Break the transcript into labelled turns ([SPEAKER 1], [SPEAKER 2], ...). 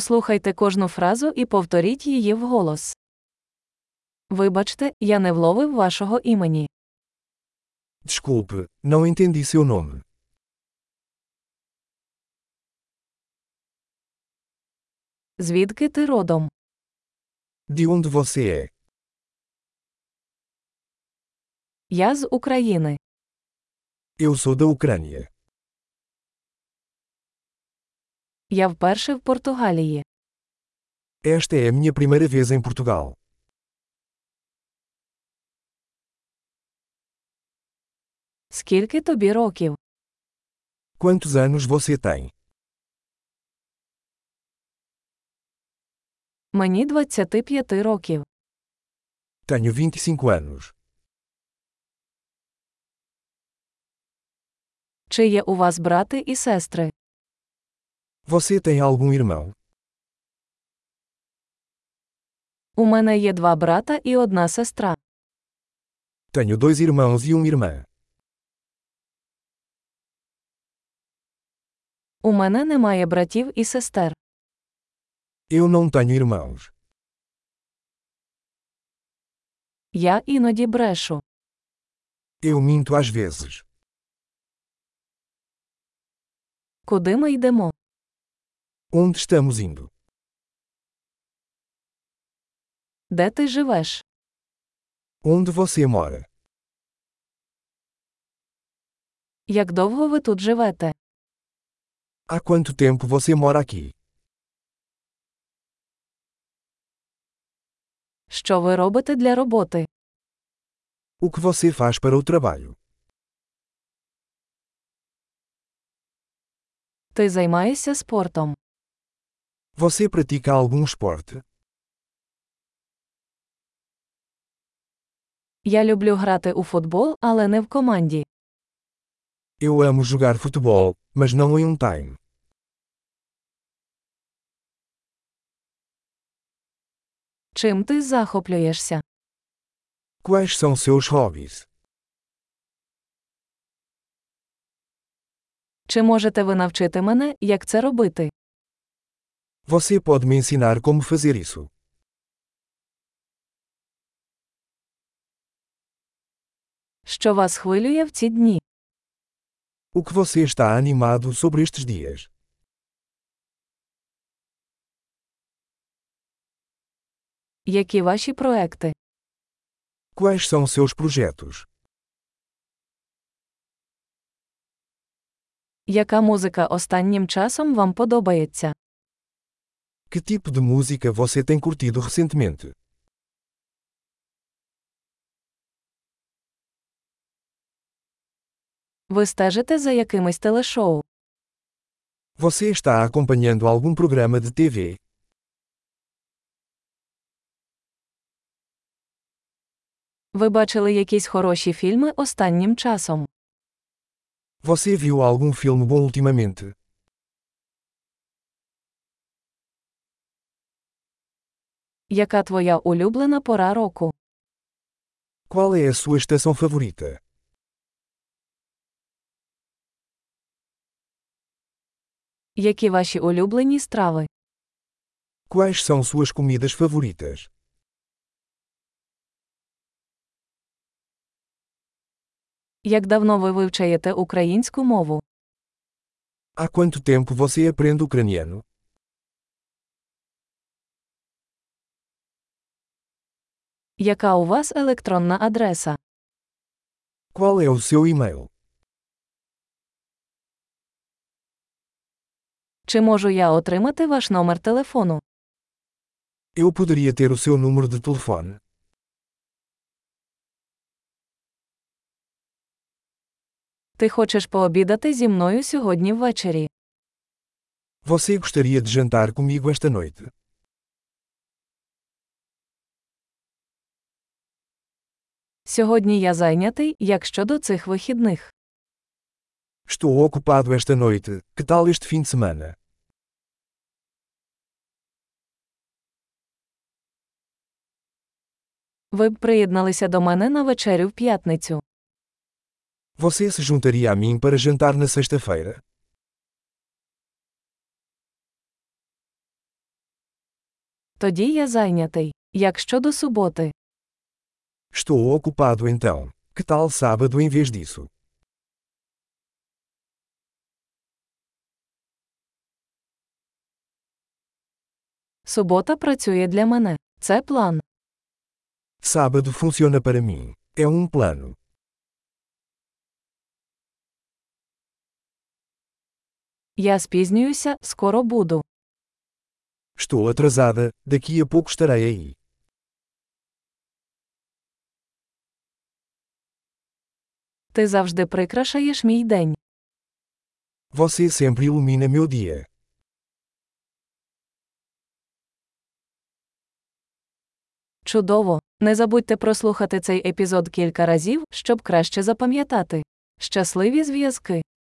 [SPEAKER 1] Послухайте кожну фразу і повторіть її вголос. Вибачте, я не вловив вашого імені.
[SPEAKER 2] Desculpe, não entendi seu nome.
[SPEAKER 1] Звідки ти родом?
[SPEAKER 2] De onde você é?
[SPEAKER 1] Я з України.
[SPEAKER 2] Eu sou da Ucrânia.
[SPEAKER 1] Я вперше в Португалії.
[SPEAKER 2] Esta é a minha primeira vez em Portugal.
[SPEAKER 1] Скільки тобі років?
[SPEAKER 2] Quantos anos você tem?
[SPEAKER 1] Мені 25 років.
[SPEAKER 2] Tenho 25 anos.
[SPEAKER 1] Чи є у вас брати і сестри?
[SPEAKER 2] Você tem algum irmão?
[SPEAKER 1] У мене є два брата і одна сестра.
[SPEAKER 2] Tenho dois irmãos e uma irmã.
[SPEAKER 1] У мене немає братів і сестер.
[SPEAKER 2] Eu não tenho irmãos.
[SPEAKER 1] Я іноді брешу.
[SPEAKER 2] Eu minto às vezes.
[SPEAKER 1] Куди ми йдемо?
[SPEAKER 2] Onde estamos indo?
[SPEAKER 1] Де ти живеш?
[SPEAKER 2] Onde você mora?
[SPEAKER 1] Як довго ви тут живете?
[SPEAKER 2] Há quanto tempo você mora aqui?
[SPEAKER 1] Що ви робите для роботи?
[SPEAKER 2] O que você faz para o trabalho?
[SPEAKER 1] Ти займаєшся спортом.
[SPEAKER 2] Você pratica algum esporte?
[SPEAKER 1] Я люблю грати у футбол, але не в команді.
[SPEAKER 2] Eu amo jogar futebol, mas não em um time.
[SPEAKER 1] Чим ти захоплюєшся?
[SPEAKER 2] Quais são seus hobbies?
[SPEAKER 1] Чи можете ви навчити мене, як це робити?
[SPEAKER 2] Você pode me ensinar como fazer isso?
[SPEAKER 1] Що вас хвилює в ці дні?
[SPEAKER 2] O que você está animado sobre estes dias?
[SPEAKER 1] Які ваші проекти?
[SPEAKER 2] Quais são seus projetos?
[SPEAKER 1] Яка музика останнім часом вам подобається?
[SPEAKER 2] Que tipo de música você tem curtido recentemente?
[SPEAKER 1] Ви стежите за якимись телешоу?
[SPEAKER 2] Você está acompanhando algum programa de TV?
[SPEAKER 1] Ви бачили якісь хороші фільми останнім часом?
[SPEAKER 2] Você viu algum filme bom ultimamente?
[SPEAKER 1] Яка твоя улюблена пора року?
[SPEAKER 2] Qual é a sua estação favorita?
[SPEAKER 1] Які ваші улюблені страви?
[SPEAKER 2] Quais são suas comidas favoritas?
[SPEAKER 1] Як давно ви вивчаєте українську мову?
[SPEAKER 2] Há quanto tempo você aprende ucraniano?
[SPEAKER 1] Яка у вас електронна адреса?
[SPEAKER 2] Qual é o seu e-mail?
[SPEAKER 1] Чи можу я отримати ваш номер телефону?
[SPEAKER 2] Eu poderia ter o seu número de telefone?
[SPEAKER 1] Ти хочеш пообідати зі мною сьогодні ввечері?
[SPEAKER 2] Você gostaria de jantar comigo esta noite?
[SPEAKER 1] Сьогодні я зайнятий, як щодо цих вихідних.
[SPEAKER 2] Estou ocupado esta noite, que tal este fim de semana?
[SPEAKER 1] Ви б приєдналися до мене на вечерю в п'ятницю.
[SPEAKER 2] Você se juntaria a mim para jantar na sexta-feira?
[SPEAKER 1] Тоді я зайнятий. Як щодо суботи?
[SPEAKER 2] Estou ocupado então. Que tal sábado em vez disso?
[SPEAKER 1] Субота працює для мене. Це план.
[SPEAKER 2] Sábado funciona para mim. É um plano.
[SPEAKER 1] Я спізнююся, скоро буду.
[SPEAKER 2] Estou atrasada, daqui a pouco estarei aí.
[SPEAKER 1] Ти завжди прикрашаєш мій день.
[SPEAKER 2] Você sempre ilumina meu dia.
[SPEAKER 1] Чудово! Не забудьте прослухати цей епізод кілька разів, щоб краще запам'ятати. Щасливі зв'язки!